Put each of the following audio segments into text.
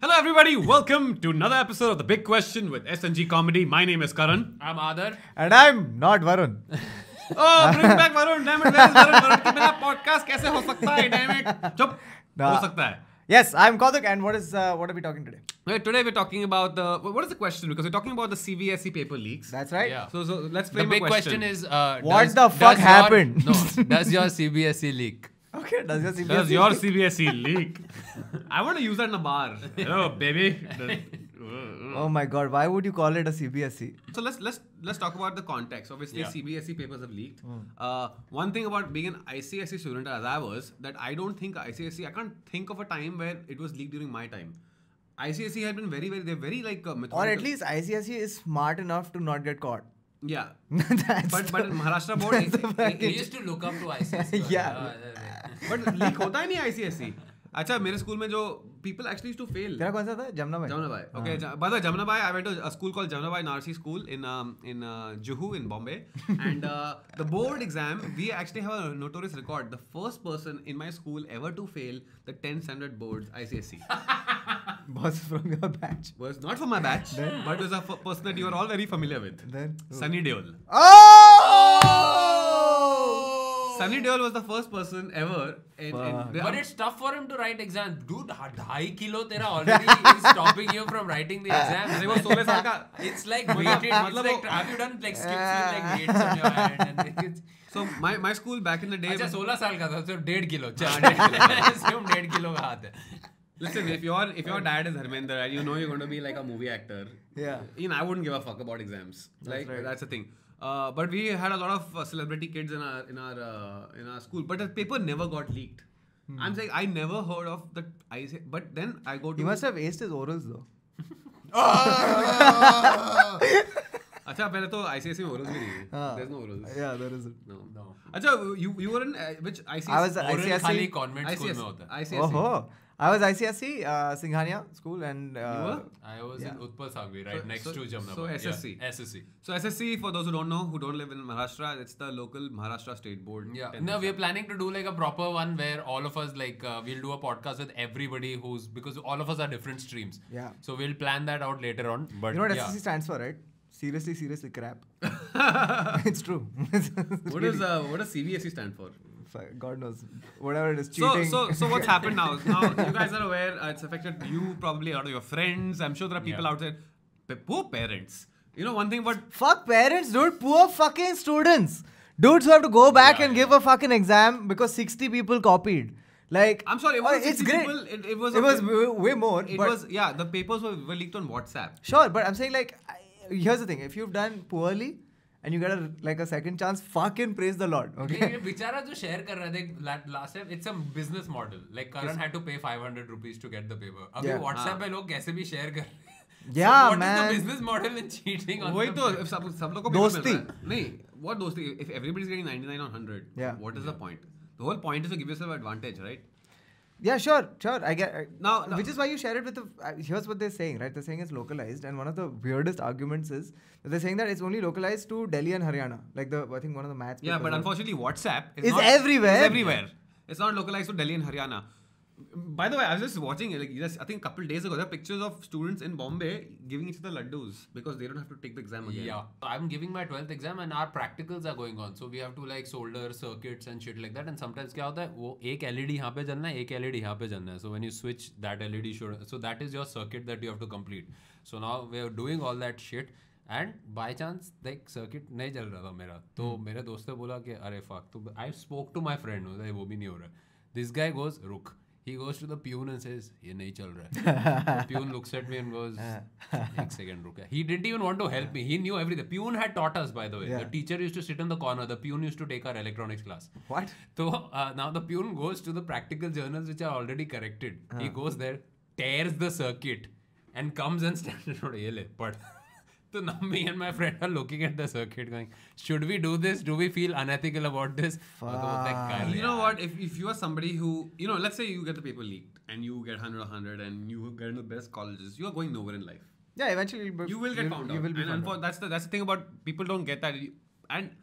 Hello, everybody. Welcome to another episode of The Big Question with SNG Comedy. My name is Karan. I'm Adar. And I'm not Varun. Oh, bring back Varun. Damn it, where is Varun? Varun के बिना podcast कैसे हो सकता है? Damn it. चुप. Nah. हो सकता है. Yes, I'm Kautuk, and what is uh, what are we talking today? Right, today we're talking about the what is the question because we're talking about the CVSE E paper leaks. That's right. Yeah. so, so let's The frame big a question, question. is uh, What does- the does fuck your- happened? no, does your CBSE leak? Okay, does your CBSE does your CVSE leak? E I want to use that in a bar. Hello, baby. Oh my god, why would you call it a CBSE? So let's let's let's talk about the context. Obviously, Yeah. CBSE E papers have leaked. Hmm. Uh, one thing about being an ICSE E student as I was that I don't think ICSE. I can't think of a time where it was leaked during my time. ICSE E had been very very they're very like uh, Or at methodical. least ICSE is smart enough to not get caught. yeah. That's But the- but in Maharashtra board. it- it- it- We used to look up to ICS. Yeah. but leak होता ही नहीं ICSC अच्छा मेरे school में जो people actually to fail तेरा कौन सा था जमुना में Jamnabai. Okay, ja- by the way, Jamnabai, I went to a school called Jamnabai Narsi School in um, in uh, Juhu in Bombay, and uh, the board exam we actually have a notorious record. The first person in my school ever to fail the 10 standard boards ICSE boss from your batch. E. was not from my batch, but was a f- person that you are all very familiar with. Then who? Sunny Deol. Oh! Sunny Deol was the first person ever. In, in, Fuck. But it's tough for him to write exams. Dude, dhai kilo tera already is stopping you from writing the exams. अरे वो 16 साल का It's like weighted. It's मतलब like, वो- have you done like skips with like weights on your hand? And it's, so my, my school back in the day. अच्छा was- 16 साल का था तो डेढ़ किलो चल assume डेढ़ किलो का हाथ है Listen, if your if your dad is Harminder and you know you're going to be like a movie actor, Yeah. you know I wouldn't give a fuck about exams. like right. that's the thing. Uh, but we had a lot of uh, celebrity kids in our in our uh, in our school, but the paper never got leaked. Hmm. I'm saying I never heard of the I say, but then I go to. He must have aced his orals though. अच्छा पहले तो ICSE में E orals भी नहीं है. हाँ. There's no orals. Ah. Yeah, there isn't. No. No. अच्छा you you were in uh, which ICSE? I E was at Oral ICSE. खाली convent school E. में होता है ICSE. Oh, I was ICSE, uh, Singhania school, and uh, were? I was in Utpal Sangvi, right So- next so- to Jamnabar. so SSC. Yeah, SSC. So SSC, for those who don't know, who don't live in Maharashtra, it's the local Maharashtra state board. Yeah. Tenth No, exam. we're planning to do like a proper one where all of us like uh, we'll do a podcast with everybody who's because all of us are different streams. Yeah. So we'll plan that out later on. But you know what yeah. SSC stands for, right? Seriously, seriously, crap. it's true. What does uh, what does CBSE stand for? Fuck, God knows. Whatever it is, So, cheating. so so what's happened now? Now you guys are aware uh, it's affected you probably a lot of your friends. I'm sure there are people Yeah. out there. P- poor parents. You know one thing, but Fuck parents, dude. Poor fucking students. Dudes who have to go back Yeah, and yeah. give a fucking exam because 60 people copied. Like, I'm sorry. It oh, was it's great. People, it, it was It was w- way more. it but was yeah. The papers were, were leaked on WhatsApp. Sure, but I'm saying, like, I, here's the thing if you've done poorly and you get a, like a second chance, fucking praise the Lord. ये- Okay? ये बेचारा जो share कर रहा था एक ला- last time it's a business model like Karan had to pay 500 rupees to get the paper अभी Yeah. Ah. WhatsApp पे लोग कैसे भी शेयर कर रहे हैं Yeah, so what is the man. business model in cheating on वही the तो paper? if सब सब लोग को paper मिल दोस्ती। रहा है। नहीं what दोस्ती if everybody's getting 99 on 100 Yeah. what is the point the whole point is to give yourself advantage right Yeah, sure, sure. I get I- Now- now- which is why you share it with. The, uh, here's what they're saying, right? They're saying it's localized, and one of the weirdest arguments is that they're saying that it's only localized to Delhi and Haryana. Like the I think one of the Yeah, maths. papers but was- unfortunately, WhatsApp is It's not, everywhere. It's everywhere. It's not localized to Delhi and Haryana. By the way, I was just watching it, like just I think a couple days ago, there are pictures of students in Bombay giving each other laddus because they don't have to take the exam again. Yeah. I'm giving my 12th exam and our practicals are going on. So we have to like solder circuits and shit like that. And sometimes क्या होता है वो एक LED यहाँ पे जलना है एक LED यहाँ पे जलना है. So when you switch that LED should so that is your circuit that you have to complete. So now we are doing all that shit. And by chance like circuit नहीं चल रहा था मेरा तो Hmm. मेरे दोस्त ने बोला कि अरे फक तो I spoke to my friend वो भी नहीं हो रहा दिस गाय गोज रुक he goes to the peon and says ये नहीं चल रहा है peon looks at me and हाँ। गोज एक second, Ruka. He didn't even want to help me. He knew everything. Pune had taught us, by the way. The Yeah. teacher used to sit in the corner. The Pune used to take our electronics class. What? So uh, now the Pune goes to the practical journals which are already corrected. Uh. He goes there, tears the circuit, and comes and stands in front of But so तो now me and my friend are looking at the circuit, going, "Should we do this? Do we feel unethical about this?" और तो बोलता है, "कर You know यार." what? If, if you are somebody who, you know, let's say you get the paper leaked and you get 100 100 and you get into the best colleges, you are going nowhere in life. Yeah, eventually you'll be- You will get you'll- found You out. will be and found unfor- out. That's, the, that's the thing about people don't get that. You- And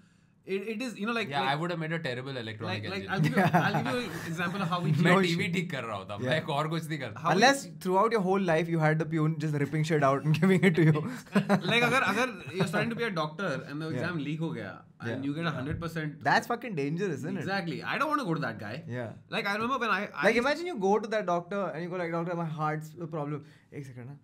It, it is, you know, like. Yeah, like, I would have made a terrible like, electronic like I'll, engineer. give you, I'll give you an example of how we मैं change- TV ठीक कर रहा होता मैं और कुछ नहीं करता how we- Unless throughout your whole life you had the pune just ripping shit out and giving it to you. like अगर अगर you're starting to be a doctor and the exam leak हो गया and Yeah. you get a hundred percent That's fucking dangerous, isn't it? exactly I don't want to go to that guy Yeah. like I remember when I, I Like imagine you go to that doctor and you go like doctor my heart's a problem. एक second ना.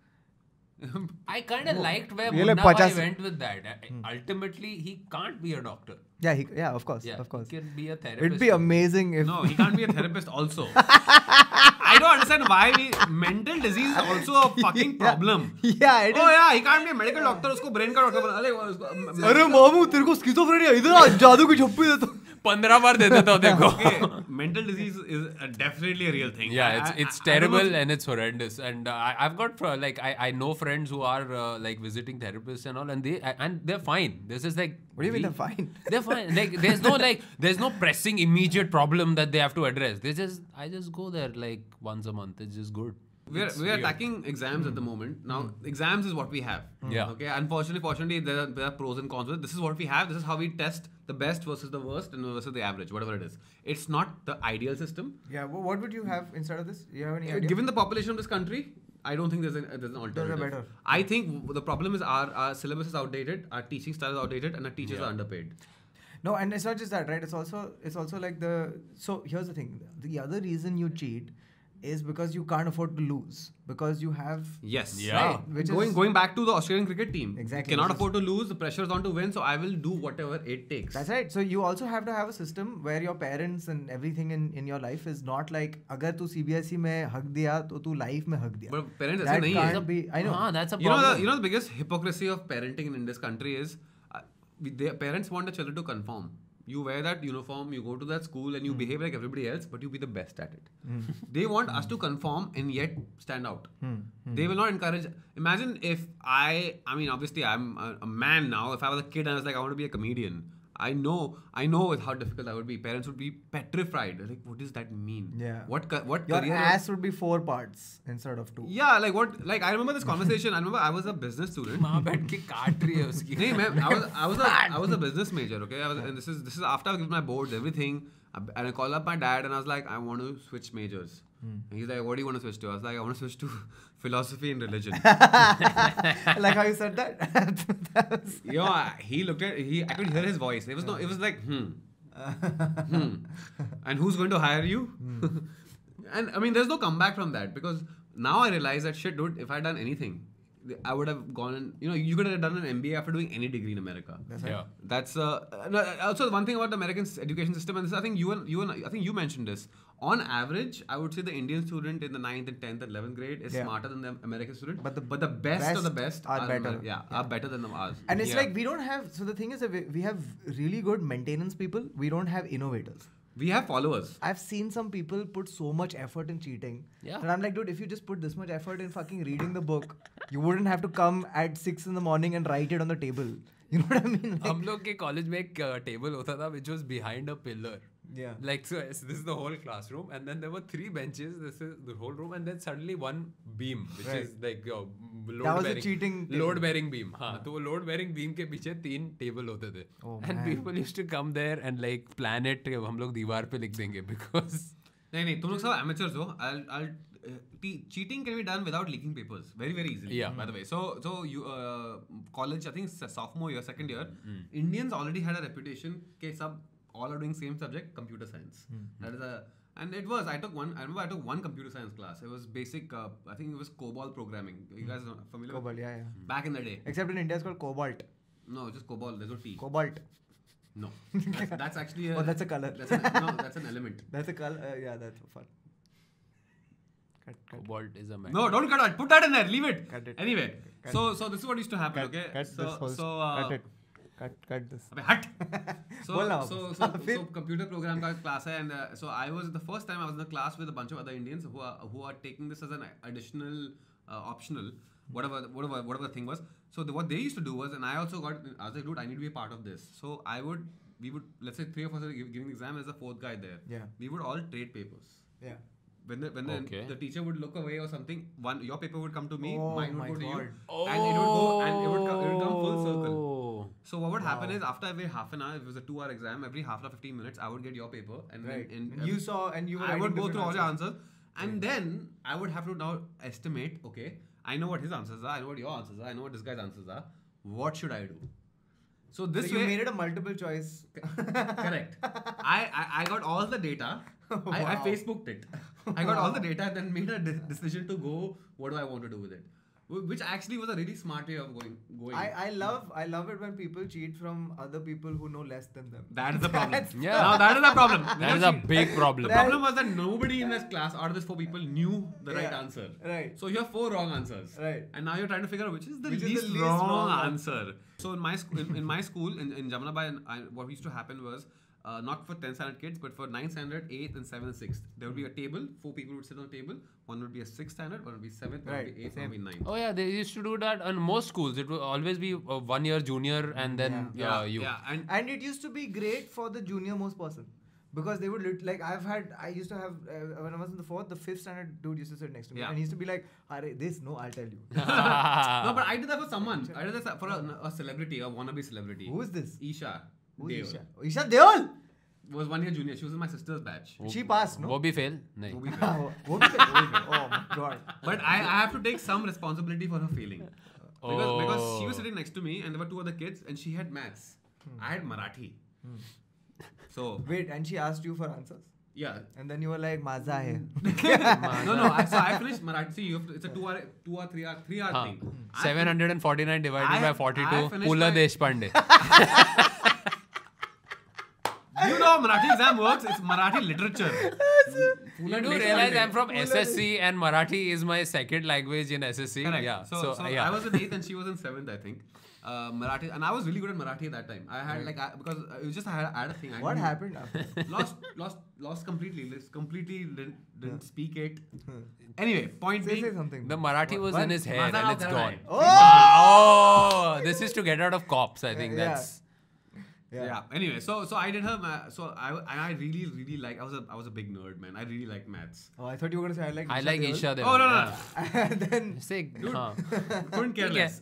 I kind of liked where ये ले Munna Bhai 50 went with that. Hmm. Ultimately, he can't be a doctor. Yeah, he, yeah, of course, Yeah, of course. he can be a It'd therapist. be amazing if no he can't be a therapist also I don't understand why we mental disease is also a fucking problem Yeah, it oh is. yeah he can't be a medical doctor उसको brain का doctor uh, बना अरे वो- उसको- अरे मामू तेरे को स्किजोफ्रेनिया इधर आ जादू की छप्पी दे तो पंद्रह बार दे देता हूँ देखो okay, mental disease is uh, definitely a real thing I- Yeah, it's I- I- I it's don't know terrible if- and it's horrendous. And uh, I, I've got fr- like I, I know friends who are uh, like visiting therapists and all, and they a- and they're fine. This is like What do you mean we- they're fine? They're fine. like there's no like there's no pressing immediate problem that they have to address. They just I just go there like once a month. It's just good. We're, It's we're weird. attacking exams at the Hmm. moment. Now, exams is what we have. Yeah. Okay. Unfortunately, fortunately, there are, there are pros and cons. with it. This is what we have. This is how we test the best versus the worst and versus the average, whatever it is. It's not the ideal system. Yeah, wh- what would you have instead of this? You have any idea? Given the population of this country, I don't think there's an, there's an alternative. better. I think w- the problem is our, our syllabus is outdated, our teaching style is outdated, and our teachers are underpaid. No, and it's not just that, right? It's also it's also like the so here's the thing. The other reason you cheat is because you can't afford to lose because you have Yes. Yeah. Right, which going is- going back to the Australian cricket team, Exactly, You cannot which is- afford to lose. The pressure is on to win, so I will do whatever it takes. That's right. So you also have to have a system where your parents and everything in, in your life is not like अगर तू CBSE E में हक दिया तो तू life में हक दिया. But parents ऐसे that नहीं है. can't be. I know. हाँ, Ah, that's a you know, the, problem. you know the biggest hypocrisy of parenting in this country is uh, we- their parents want the children to conform you wear that uniform you go to that school and you behave like everybody else but you be the best at it they want us to conform and yet stand out they will not encourage imagine if i i mean obviously i'm a, a man now if i was a kid and i was like i want to be a comedian i know i know how difficult that would be parents would be petrified They're like what does that mean Yeah. what ca- what Your career ass would be four parts instead of two. yeah like what like i remember this conversation i remember i was a business student वहाँ बैठ के काट रही है उसकी नहीं मैं I was I was a I was a business major okay I was and this is this is after I got my boards everything I- and I called up my dad and I was like I want to switch majors and he's like what do you want to switch to I was like I want to switch to philosophy and religion like how you said that. that was, you know I- he looked at he I could hear his voice it was no it was like hmm hmm and who's going to hire you and I mean there's no comeback from that because now I realize that shit dude if I had done anything I would have gone and you know you could have done an MBA after doing any degree in America Yeah. That's uh, no, also one thing about the American s- education system, and this I think you and you and I think you mentioned this. On average, I would say the Indian student in the 9th and tenth and eleventh grade is Yeah. smarter than the American student. But the but the best, of the best best are better. Ameri- yeah, are better than the ours. and it's Yeah. like we don't have. So the thing is that we, we have really good maintenance people. We don't have innovators. we have followers. I've seen some people put so much effort in cheating. Yeah. And I'm like, dude, if you just put this much effort in fucking reading the book, you wouldn't have to come at six in the morning and write it on the table. You know what I mean? Like, हम लोग के college में एक table होता था which was behind a pillar Yeah. Like so, it's- this is the whole classroom, and then there were three benches. This is the whole room, and then suddenly one beam, which Right. is like uh, load was a bearing, cheating table. load bearing beam. हाँ, तो वो load bearing beam के पीछे तीन table होते थे. Oh, and man. people used to come there and like plan it. कि हम लोग दीवार पे लिख देंगे because नहीं नहीं तुम लोग सब amateurs हो. I'll I'll uh, te- cheating can be done without leaking papers very very easily. Yeah. By the way, so so you uh, college I think s- sophomore year second year Mm-hmm. Indians already had a reputation के सब all are doing same subject computer science. Mm-hmm. That is a and it was I took one I remember I took one computer science class. It was basic uh, I think it was COBOL programming. You Mm-hmm. guys are familiar? with- Cobalt, yeah, yeah. Back in the day. Except in India, it's called cobalt. No, just COBOL. There's no T. Cobalt. no. That's, that's actually a. Oh, that's a color. That's an, no, that's an element. That's a color. Uh, yeah, that's fun. Cut, cut. cobalt is a metal. No, don't cut out. Put that in there. Leave it. Cut it. Anyway, so so this is what used to happen. Cut, okay. cut so this whole so st- uh, cut it. Cut, cut this. अबे हट. So बोल ना so वापस. so, हाँ, so फिर? computer program का class है and uh, so I was the first time I was in the class with a bunch of other Indians who are who are taking this as an additional uh, optional whatever whatever whatever the thing was. So the, what they used to do was and I also got I was like dude I need to be a part of this. So I would we would let's say three of us are gi- giving the exam as the fourth guy there. Yeah. We would all trade papers Yeah. when the when the, Okay. the teacher would look away or something one your paper would come to me Oh mine would my go to you God. and it would go and it would, co- it would come full circle Oh. So what would happen is after every half an hour, if it was a two-hour exam, every half an hour, fifteen minutes, I would get your paper, and Right. then and And you saw- and you were I would writing go different through all your answers. answers, and then I would have to now estimate. Okay, I know what his answers are. I know what your answers are. I know what this guy's answers are. What should I do? So this so way, you made it a multiple choice. correct. I, I I got all the data. I, I Wow. Facebooked it. I got all the data and then made a de- decision to go. What do I want to do with it? Wh- Which actually was a really smart way of going. Going. I, I love I love it when people cheat from other people who know less than them. That is the problem. That's- Yeah. Now that is the problem. That is a big The problem. That- problem was that nobody in this class out of these four people knew the right Yeah. answer. Right. So you have four wrong answers. Right. And now you're trying to figure out which is the, Which is least, the least wrong, wrong answer. So in my school, in, in my school in, in Jamnabai, and I, what used to happen was. Uh, not for 10th standard kids, but for 9th standard, 8th, and 7th and 6th. There would be a table, four people would sit on a table. One would be a 6th standard, one would be 7th, one would Right, be 8th, one would be 9th. Oh yeah, they used to do that in most schools. It would always be uh, one year junior and then yeah, you. Yeah, and And it used to be great for the junior most person because they would lit- like I've had I used to have uh, when I was in the fourth the fifth standard dude used to sit next to me Yeah. and he used to be like, "Are this no? I'll tell you. no, but I did that for someone. I did that for a, a celebrity, a wannabe celebrity. Who is this? Isha. Who's Deol. Isha? Isha Deol. was one year junior. She was in my sister's batch. She passed no. वो भी fail नहीं Toby Fair. oh my god. but I, I have to take some responsibility for her failing. Because, because she was Oh. sitting next to me and there were two other kids and she had maths. I had Marathi. So, Wait, and she asked you for answers, yeah. and then you were like, "Maza hai." no, no. I, so I finished Marathi. See, you have to, it's a two hour, two hour, three hour, three hour हाँ thing. I seven fin- hundred and forty nine I- divided by forty I two finished पुला my- देश Pandey You know how Marathi exam works? It's Marathi literature. Full You and do next realize Monday. I'm from SSC and Marathi is my second language in SSC. Correct. Yeah. So, so, I was in eighth and she was in seventh, I think. Uh, Marathi, and I was really good at Marathi at that time. I had Mm. like I, because uh, it was just I had, I had a thing. I What knew- happened after? lost, lost, lost completely. Just completely didn't, didn't speak it. Anyway, point Hmm. Say, being, say something. the Marathi was in his hair Maza and it's Karai. gone. Oh! Wow. This is to get out of cops. I think Yeah. that's. Yeah. Anyway, so so I did her. Ma- so I and I really really like. I was a I was a big nerd, man. I really like maths. Oh, I thought you were gonna say I like. I like Isha Deol. Oh no no. no. and then Yeah. Say, Dude, huh. couldn't care Okay. less.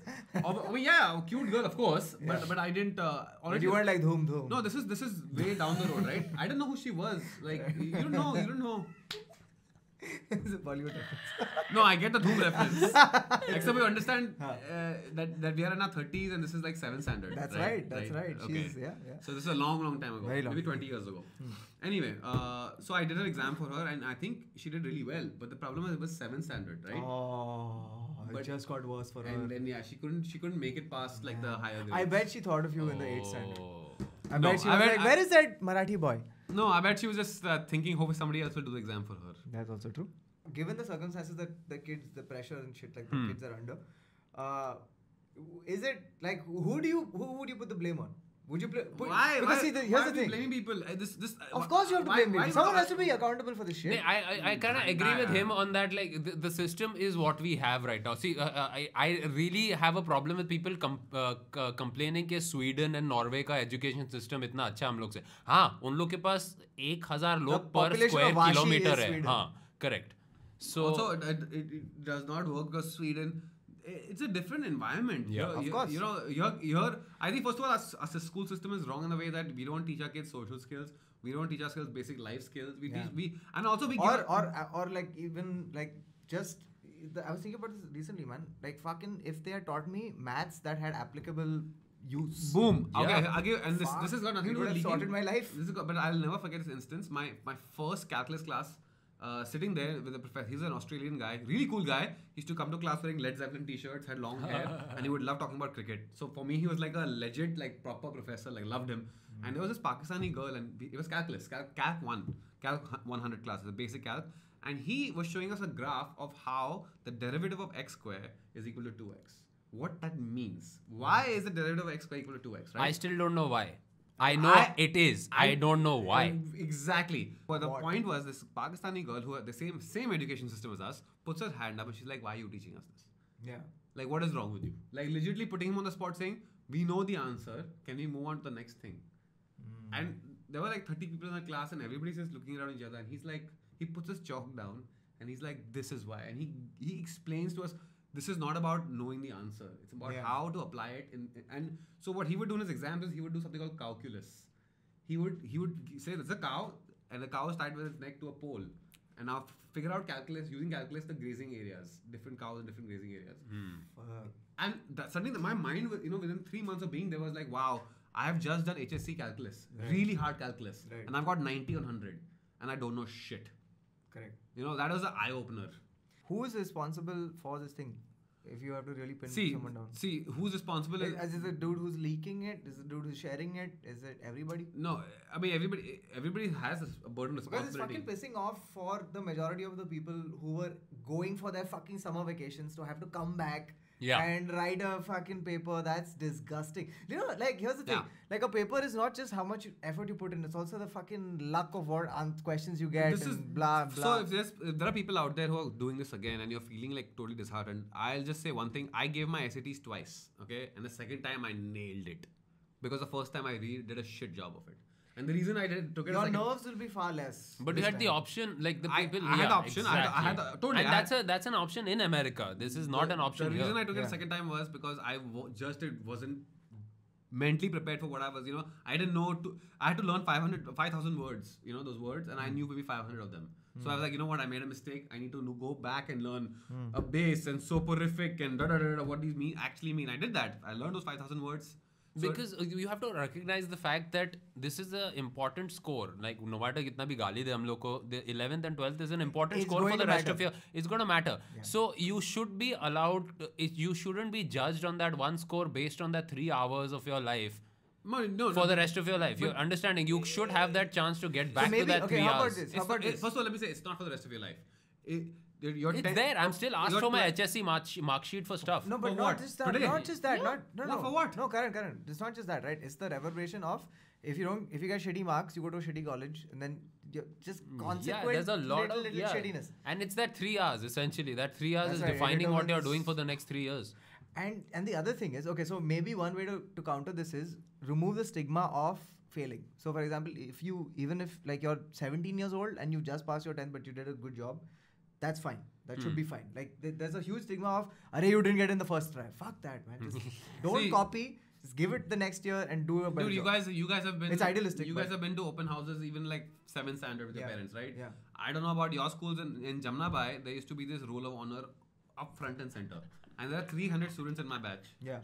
Oh, oh, yeah, cute girl, of course. But but I didn't. Uh, but honestly, you weren't like dhoom dhoom. No, this is this is way down the road, right? I don't know who she was. Like you don't know, you don't know. it's a Bollywood reference. No, I get the Dhoom reference. Except we understand uh, that that we are in our thirties and this is like seventh standard. That's right, that's right. She's- yeah, yeah. So this is a long, long time ago. Very long. Hmm. Maybe twenty years ago. Anyway, uh, so I did an exam for her and I think she did really well. But the problem was it was seventh standard, right? Oh, But- it just got worse for her. And then yeah, she couldn't she couldn't make it past like the higher grades. Oh. I bet she thought of you in the eighth standard. Oh. I No, bet she I was bet like, I- "Where is that Marathi boy?" no, I bet she was just uh, thinking, hope somebody else will do the exam for her. That's also true. Given the circumstances that the kids, the pressure and shit like the kids are under, uh, is it like who do you who would you put the blame on? Would you play, put, why? Because why, see, the, why are here's the we thing. Blaming people. Uh, This, this, Of course, you have to blame me. Someone has to be accountable for this shit. Nee, I, I, I kind of agree with him on that. Like, the, the system is what we have right now. See, uh, uh, I, I really have a problem with people com, uh, c- complaining कि Sweden and Norway का education system इतना अच्छा हम लोग से हाँ उन लोग के पास एक हजार लोग पर population square of Vashi kilometre is है Sweden. हाँ correct so also it, it, it it does not work because Sweden i- it's a different environment. Yeah. You're- Of you- course. You know, you're, you're, I think first of all, our, s- our s- school system is wrong in the way that we don't teach our kids social skills. We don't teach ourselves basic life skills. We teach we and also we or give or uh, or like even like just the, I was thinking about this recently, man. Like fucking, if they had taught me maths that had applicable use, boom. Yeah. Okay, I'll give, and this Fuck. this has got nothing It to do would with have leaking. sorted my life. This is got, but I'll never forget this instance. My my first calculus class. Uh, sitting there with a professor, he's an Australian guy, really cool guy. He used to come to class wearing Led Zeppelin t-shirts, had long hair, and he would love talking about cricket. So for me, he was like a legit, like proper professor, like loved him. And there was this Pakistani girl, and we- it was calculus, cal- calc one, calc 100 class, the basic calc. And he was showing us a graph of how the derivative of x square is equal to 2x. What that means? Why is the derivative of x square equal to 2x? Right? I still don't know why. I know I- it is. I, don't know why. And Exactly. But the What? point was this Pakistani girl who had the same same education system as us puts her hand up and she's like, Why are you teaching us this? yeah. Like what is wrong with you? Like legitimately putting him on the spot saying, We know the answer, can we move on to the next thing? And there were like 30 people in the class and everybody's just looking around each other and he's like he puts his chalk down and he's like, This is why and he he explains to us this is not about knowing the answer. It's about Yeah. how to apply it. In, and so what he would do in his exams is he would do something called calculus. He would he would g- say there's a cow and the cow is tied with its neck to a pole. And now f- figure out calculus using calculus the grazing areas, different cows in different grazing areas. Fuck. And that suddenly that my mind, was, you know, within three months of being there was like, wow, I have just done HSC calculus, really hard calculus, Right. and I've got 90 on 100, and I don't know shit. Correct. You know, that was an eye opener. Who is responsible for this thing? If you have to really pin See, someone down. see, who's responsible? Is, Is, is it the dude who's leaking it? Is it the dude who's sharing it? Is it everybody? no, I mean everybody, everybody has a burden of Because it's responsibility. fucking pissing off for the majority of the people who were going for their fucking summer vacations to have to come back Yeah. and write a fucking paper. That's disgusting. You know, like here's the thing: Yeah. like a paper is not just how much effort you put in; it's also the fucking luck of what an- questions you get. This and is blah blah. So if there's if there are people out there who are doing this again and you're feeling like totally disheartened, I'll just say one thing: I gave my SATs twice, okay, and the second time I nailed it because the first time I really did a shit job of it. And the reason I did took it Your as like a- nerves will be far less. But you this had the time. option, like the I- people. I had yeah, option, I had- I had exactly. the- totally, And I had- that's a that's an option in America. This is not an option The here. reason I took it a Yeah. second time was because I w- just it wasn't mentally prepared for what I was. You know, I didn't know to. I had to learn 500, 5,000 words. You know those words, and I knew maybe five hundred of them. So I was like, you know what? I made a mistake. I need to know- go back and learn a base and soporific and da da da da. What these mean actually mean? I did that. I learned those five thousand words. So because uh, you have to recognize the fact that this is an important score. Like no matter कितना भी गाली दे हम लोग को, the 11th and 12th is an important It's score for going the to rest matter. of your. It's going to matter. So you should be allowed. It, you shouldn't be judged on that one score based on that three hours of your life no, no, for no. the rest of your life. You're understanding. You should have that chance to get back maybe- to that okay, three how about hours. this? It's How about not- this? First of all, let me say it's not for the rest of your life. It, your It's ten- there. I'm still asked your for my twe- HSC mark, mark sheet for stuff. No, but For not what? just that. Today? Not just that. Yeah. Not no, Yeah, no. for what? No, Karan, Karan. It's not just that, right? It's the reverberation of if you don't, if you get shitty marks, you go to a shitty college, and then you're just consequent. Mm, Hmm. yeah, there's a lot little, of little yeah. shittiness. and it's that three hours essentially. That three hours That's is right, it defining what you're determines- doing for the next three years. And and the other thing is, okay, so maybe one way to, to counter this is remove the stigma of failing. So for example, if you even if like you're 17 years old and you just passed your 10th but you did a good job, that's fine. That should be Hmm. fine. Like th- there's a huge stigma of array you didn't get in the first try. Fuck that, man. Just don't See- copy. Just give it the next year and do a better Dude, you job. guys, you guys have been. It's idealistic, You guys but- have been to open houses, even like seventh standard with your Yeah, parents, right? yeah. I don't know about your schools in, in Jamnabai. There used to be this rule of honor up front and center, and there are 300 students in my batch. Yeah.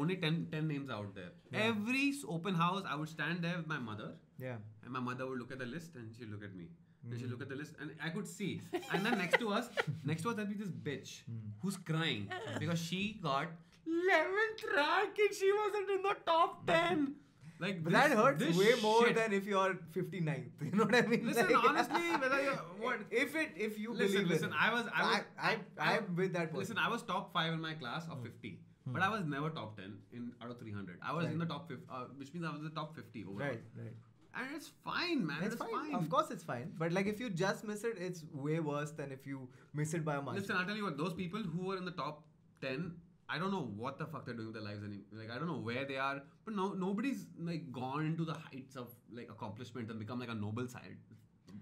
Only 10, 10 names out there. Every s- open house, I would stand there with my mother, Yeah. and my mother would look at the list, and she'd look at me. And she'd look Hmm. at the list, and I could see. And then next to us, next to us, there'd be this bitch Hmm. who's crying because she got 11th rank and she wasn't in the top 10. Like But this- that hurts this way more shit. than if you're 59th. You know what I mean? Listen, Like- honestly, whether you're what. If it, if you Listen, believe listen. in it. I was, I was, I, I, I'm with that Hmm. person. Listen, I was top five in my class of 50, but I was never top 10 in out of 300. I was in Right. the top 50, uh, which means I was the top 50 overall. right, right. And it's fine, man. It's fine. Of course, it's fine. But like, if you just miss it, it's way worse than if you miss it by a month. Listen, I'll tell you what. Those people who were in the top 10. I don't know what the fuck they're doing with their lives anymore. Like I don't know where they are, but no, nobody's like gone into the heights of like accomplishment and become like a Nobel sci-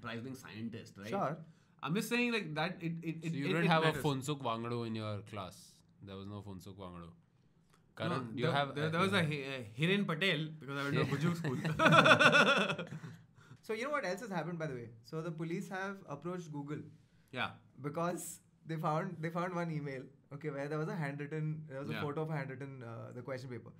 prize-winning scientist, right? Sure. I'm just saying like that. It it, it so you it- didn't it have matters. a Funsuk Wangdo in your class. There was no Funsuk Wangdo. No, Karan, do you there, have? there, uh, there was a yeah. Hi- uh, Hiren Patel because I went to a Bujuk school. So you know what else has happened, by the way? So the police have approached Google yeah, because they found they found one email. Okay, where there was a handwritten, there was Yeah. a photo of a handwritten uh, the question paper,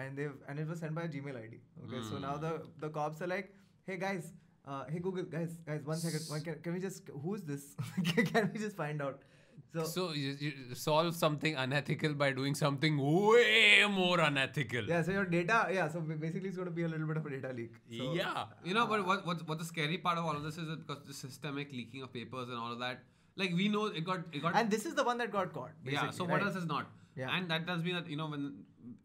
and they've and it was sent by a Gmail ID. Okay, so now the the cops are like, hey guys. Uh, hey Google, guys, guys, one second. One, can, can we just who's this? can we just find out? So, So you, you solve something unethical by doing something way more unethical. yeah, so your data, yeah. So ba- basically, it's going to be a little bit of a data leak. So, Yeah. you know, but what what what the scary part of all of this is that because the systemic leaking of papers and all of that. Like we know it got it got and this is the one that got caught. yeah. basically, So what right? else is not? Yeah. And that tells me that you know when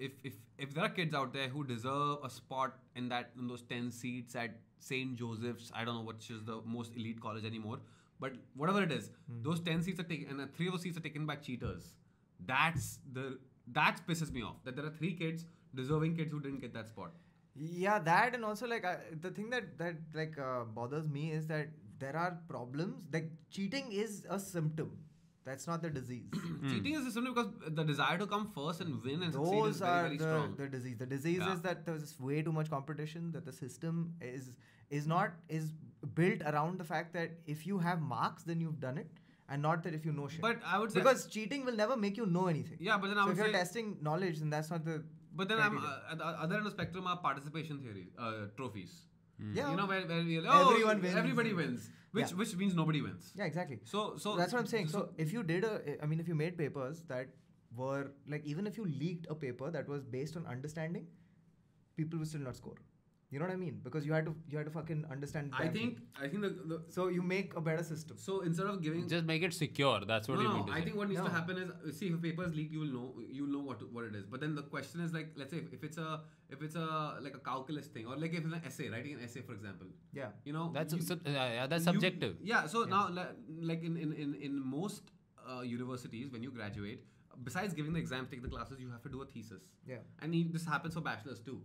if if if there are kids out there who deserve a spot in that in those ten seats at Saint Joseph's, I don't know which is the most elite college anymore, but whatever it is, Hmm. those ten seats are taken and uh, three of those seats are taken by cheaters. That's the that pisses me off that there are three kids deserving kids who didn't get that spot. Yeah, that and also like I, the thing that that like uh, bothers me is that there are problems. Like cheating is a symptom. That's not the disease. Cheating is simply because the desire to come first and win and succeed is Those very, are very the, strong. the disease. The disease Yeah. is that there's way too much competition. That the system is is not is built around the fact that if you have marks, then you've done it, and not that if you know shit. But I would say- because cheating will never make you know anything. Yeah, but then I so would if you're say- testing knowledge, then that's not the. but then I'm, uh, criteria. at the other end of the spectrum are participation theory, uh, trophies. Yeah. Hmm. You know, where, where we are, oh, Everyone wins. Everybody wins. Which, Yeah. which means nobody wins. Yeah, exactly. So, so that's what I'm saying. So, if you did a, I mean, if you made papers that were like, even if you leaked a paper that was based on understanding, people would still not score. You know what I mean? Because you had to, you had to fucking understand. I that think, I think the, the thing. So you make a better system. so instead of giving Just make it secure. That's what no, you no, need to I say. think what needs to No. happen is uh, see if a paper is leaked, you will know you will know what what it is. But then the question is like, let's say if, if it's a if it's a like a calculus thing or like if it's an essay, writing an essay for example. Yeah. You know that's you- sub- yeah, yeah, that's you- subjective. yeah. So now li- like in in in, in most uh, universities when you graduate, besides giving the exam, take the classes, you have to do a thesis. Yeah. And e- this happens for bachelors too.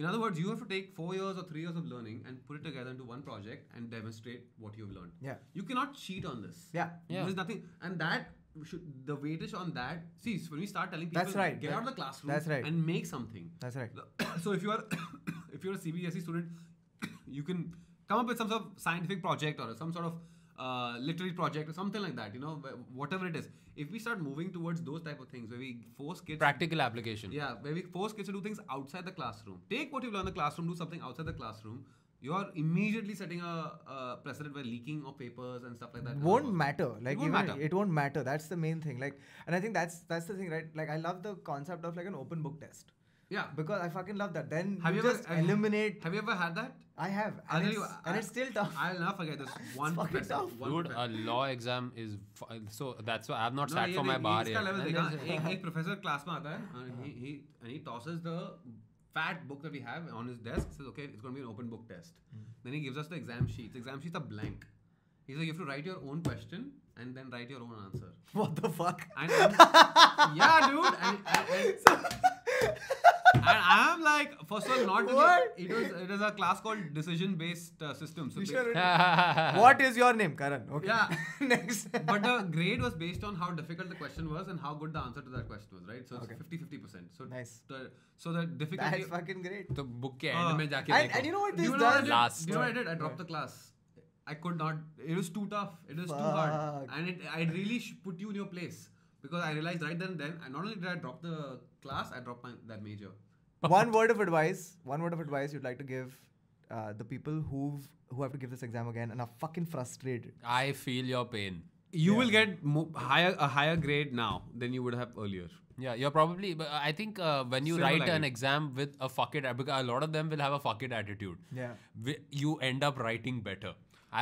In other words, you have to take four years or three years of learning and put it together into one project and demonstrate what you've learned. Yeah. You cannot cheat on this. Yeah. Yeah. There's nothing, and that should the weightage on that. See, so when we start telling people, That's right. get That- out of the classroom, that's right. and make something. That's right. so if you are, if you're a CBSE E student, you can come up with some sort of scientific project or some sort of uh, literary project or something like that. You know, wh- whatever it is. If we start moving towards those type of things where we force kids Practical application. yeah, where we force kids to do things outside the classroom. Take what you've learned in the classroom, do something outside the classroom. You're immediately setting a, a precedent where leaking of papers and stuff like that. won't matter like won't even- matter. it won't matter that's the main thing like and i think that's that's the thing right like i love the concept of like an open book test Yeah. because i fucking love that then Have you, you ever just have you- eliminate Have you ever had that? i have and, I'll tell it's, you, and I- it's still tough I'll never forget this one fucking professor. tough. One Dude, professor. a law exam is f- so that's why I've not No, sat ये for my देख, bar इसका yet. level And देखा, there's- एक एक professor class में आता है हाँ। and he he and he tosses the fat book that we have on his desk says okay it's going to be an open book test then he gives us the exam sheets exam sheets are blank he's like you have to write your own question and then write your own answer what the fuck and, and- yeah dude and, and, and, and I'm like first of all not really- What? it was it was a class called decision based uh, system so We ba- should- what is your name karan okay Yeah. next but the grade was based on how difficult the question was and how good the answer to that question was, right? So Okay. it's 50 50%. So, Nice. the, so the difficulty. that's fucking great तो book के end Uh, में जाके and, देखो. and you know what do this you know what I does did? Last. Do you know what I did? I dropped the class. I could not. It was too tough. It was too hard. Fuck. And it, I really sh- put you in your place because I realized right then and then, and not only did I drop the class, I dropped my, that major. one word of advice one word of advice you'd like to give uh, the people who've who have to give this exam again and are fucking frustrated I feel your pain. You will get mo- higher a higher grade now than you would have earlier. Yeah, you're probably. But I think uh, when you Silver write lining. an exam with a fuck it, because a lot of them will have a fuck it attitude. Yeah. Wi- You end up writing better.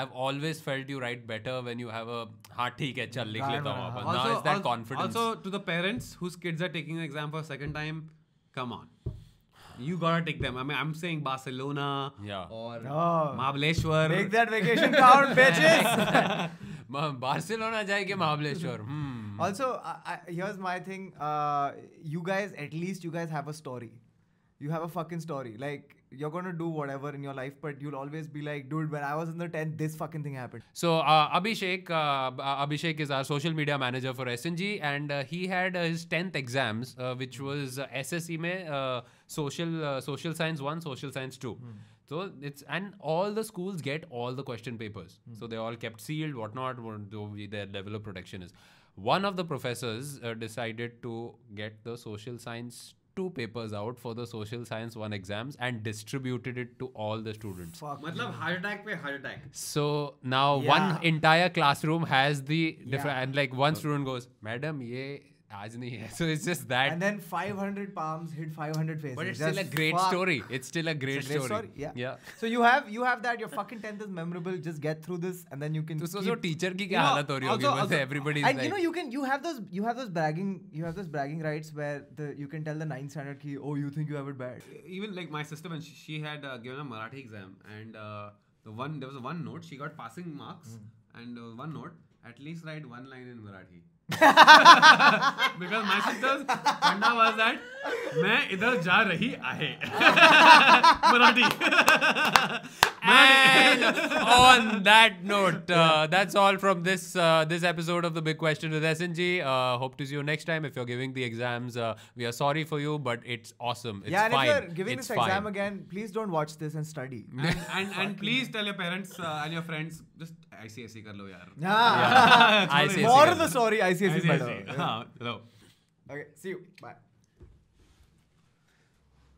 I've always felt you write better when you have a हाँ ठीक है चल लिख लेता हूँ अपन." Now it's that al- confidence. also to the parents whose kids are taking an exam for a second time, come on. You gotta take them. I mean, I'm saying Barcelona Yeah. or Oh. Mahabaleshwar. make that vacation count bitches म- Barcelona जाए के Mahabaleshwar hmm Also, I, I, here's my thing. Uh, you guys, at least you guys have a story. You have a fucking story. Like you're gonna do whatever in your life, but you'll always be like, dude, when I was in the tent, this fucking thing happened. So uh, Abhishek, uh, b- uh, Abhishek is our social media manager for SNG, and uh, he had uh, his tenth exams, uh, which was uh, SSE में uh, social uh, social science one, social science two. So it's and all the schools get all the question papers, so they all kept sealed, whatnot, what- though we- their level of protection is. One of the professors uh, decided to get the social science two papers out for the social science one exams and distributed it to all the students. मतलब heart attack पे heart attack. So now Yeah. one entire classroom has the different, Yeah. Uh, and like one student goes, "Madam, ye aaj nahi hai." So it's just that, And then 500 palms hit 500 faces. but it's Just still a great fuck. story. It's still a great, It's a great story. story. Yeah. yeah. So you have you have that. Your fucking tenth is memorable. Just get through this, and then you can. तो सोचो keep- teacher की You क्या know, हालत हो रही होगी also- बस also- everybody and is you know like you can you have those you have those bragging you have those bragging rights where the you can tell the ninth standard ki oh you think you have it bad Even like my sister when she, she had uh, given a Marathi exam and uh, the one there was one note she got passing marks Hmm. and uh, one note at least write one line in Marathi. because my sister's panda was that मैं इधर जा रही आहे Marathi And on that note, uh, that's all from this uh, this episode of the Big Question with SNG. Uh, hope to see you next time. If you're giving the exams, uh, we are sorry for you, but it's awesome. It's yeah, and fine. if you're giving it's this fine. exam again, please don't watch this and study. and, and, and please tell your parents uh, and your friends just ICIC kar lo yaar. Yeah. I That's see. what More it the is. sorry, ICSE is better. ICIC. हाँ, hello. Okay, see you. Bye.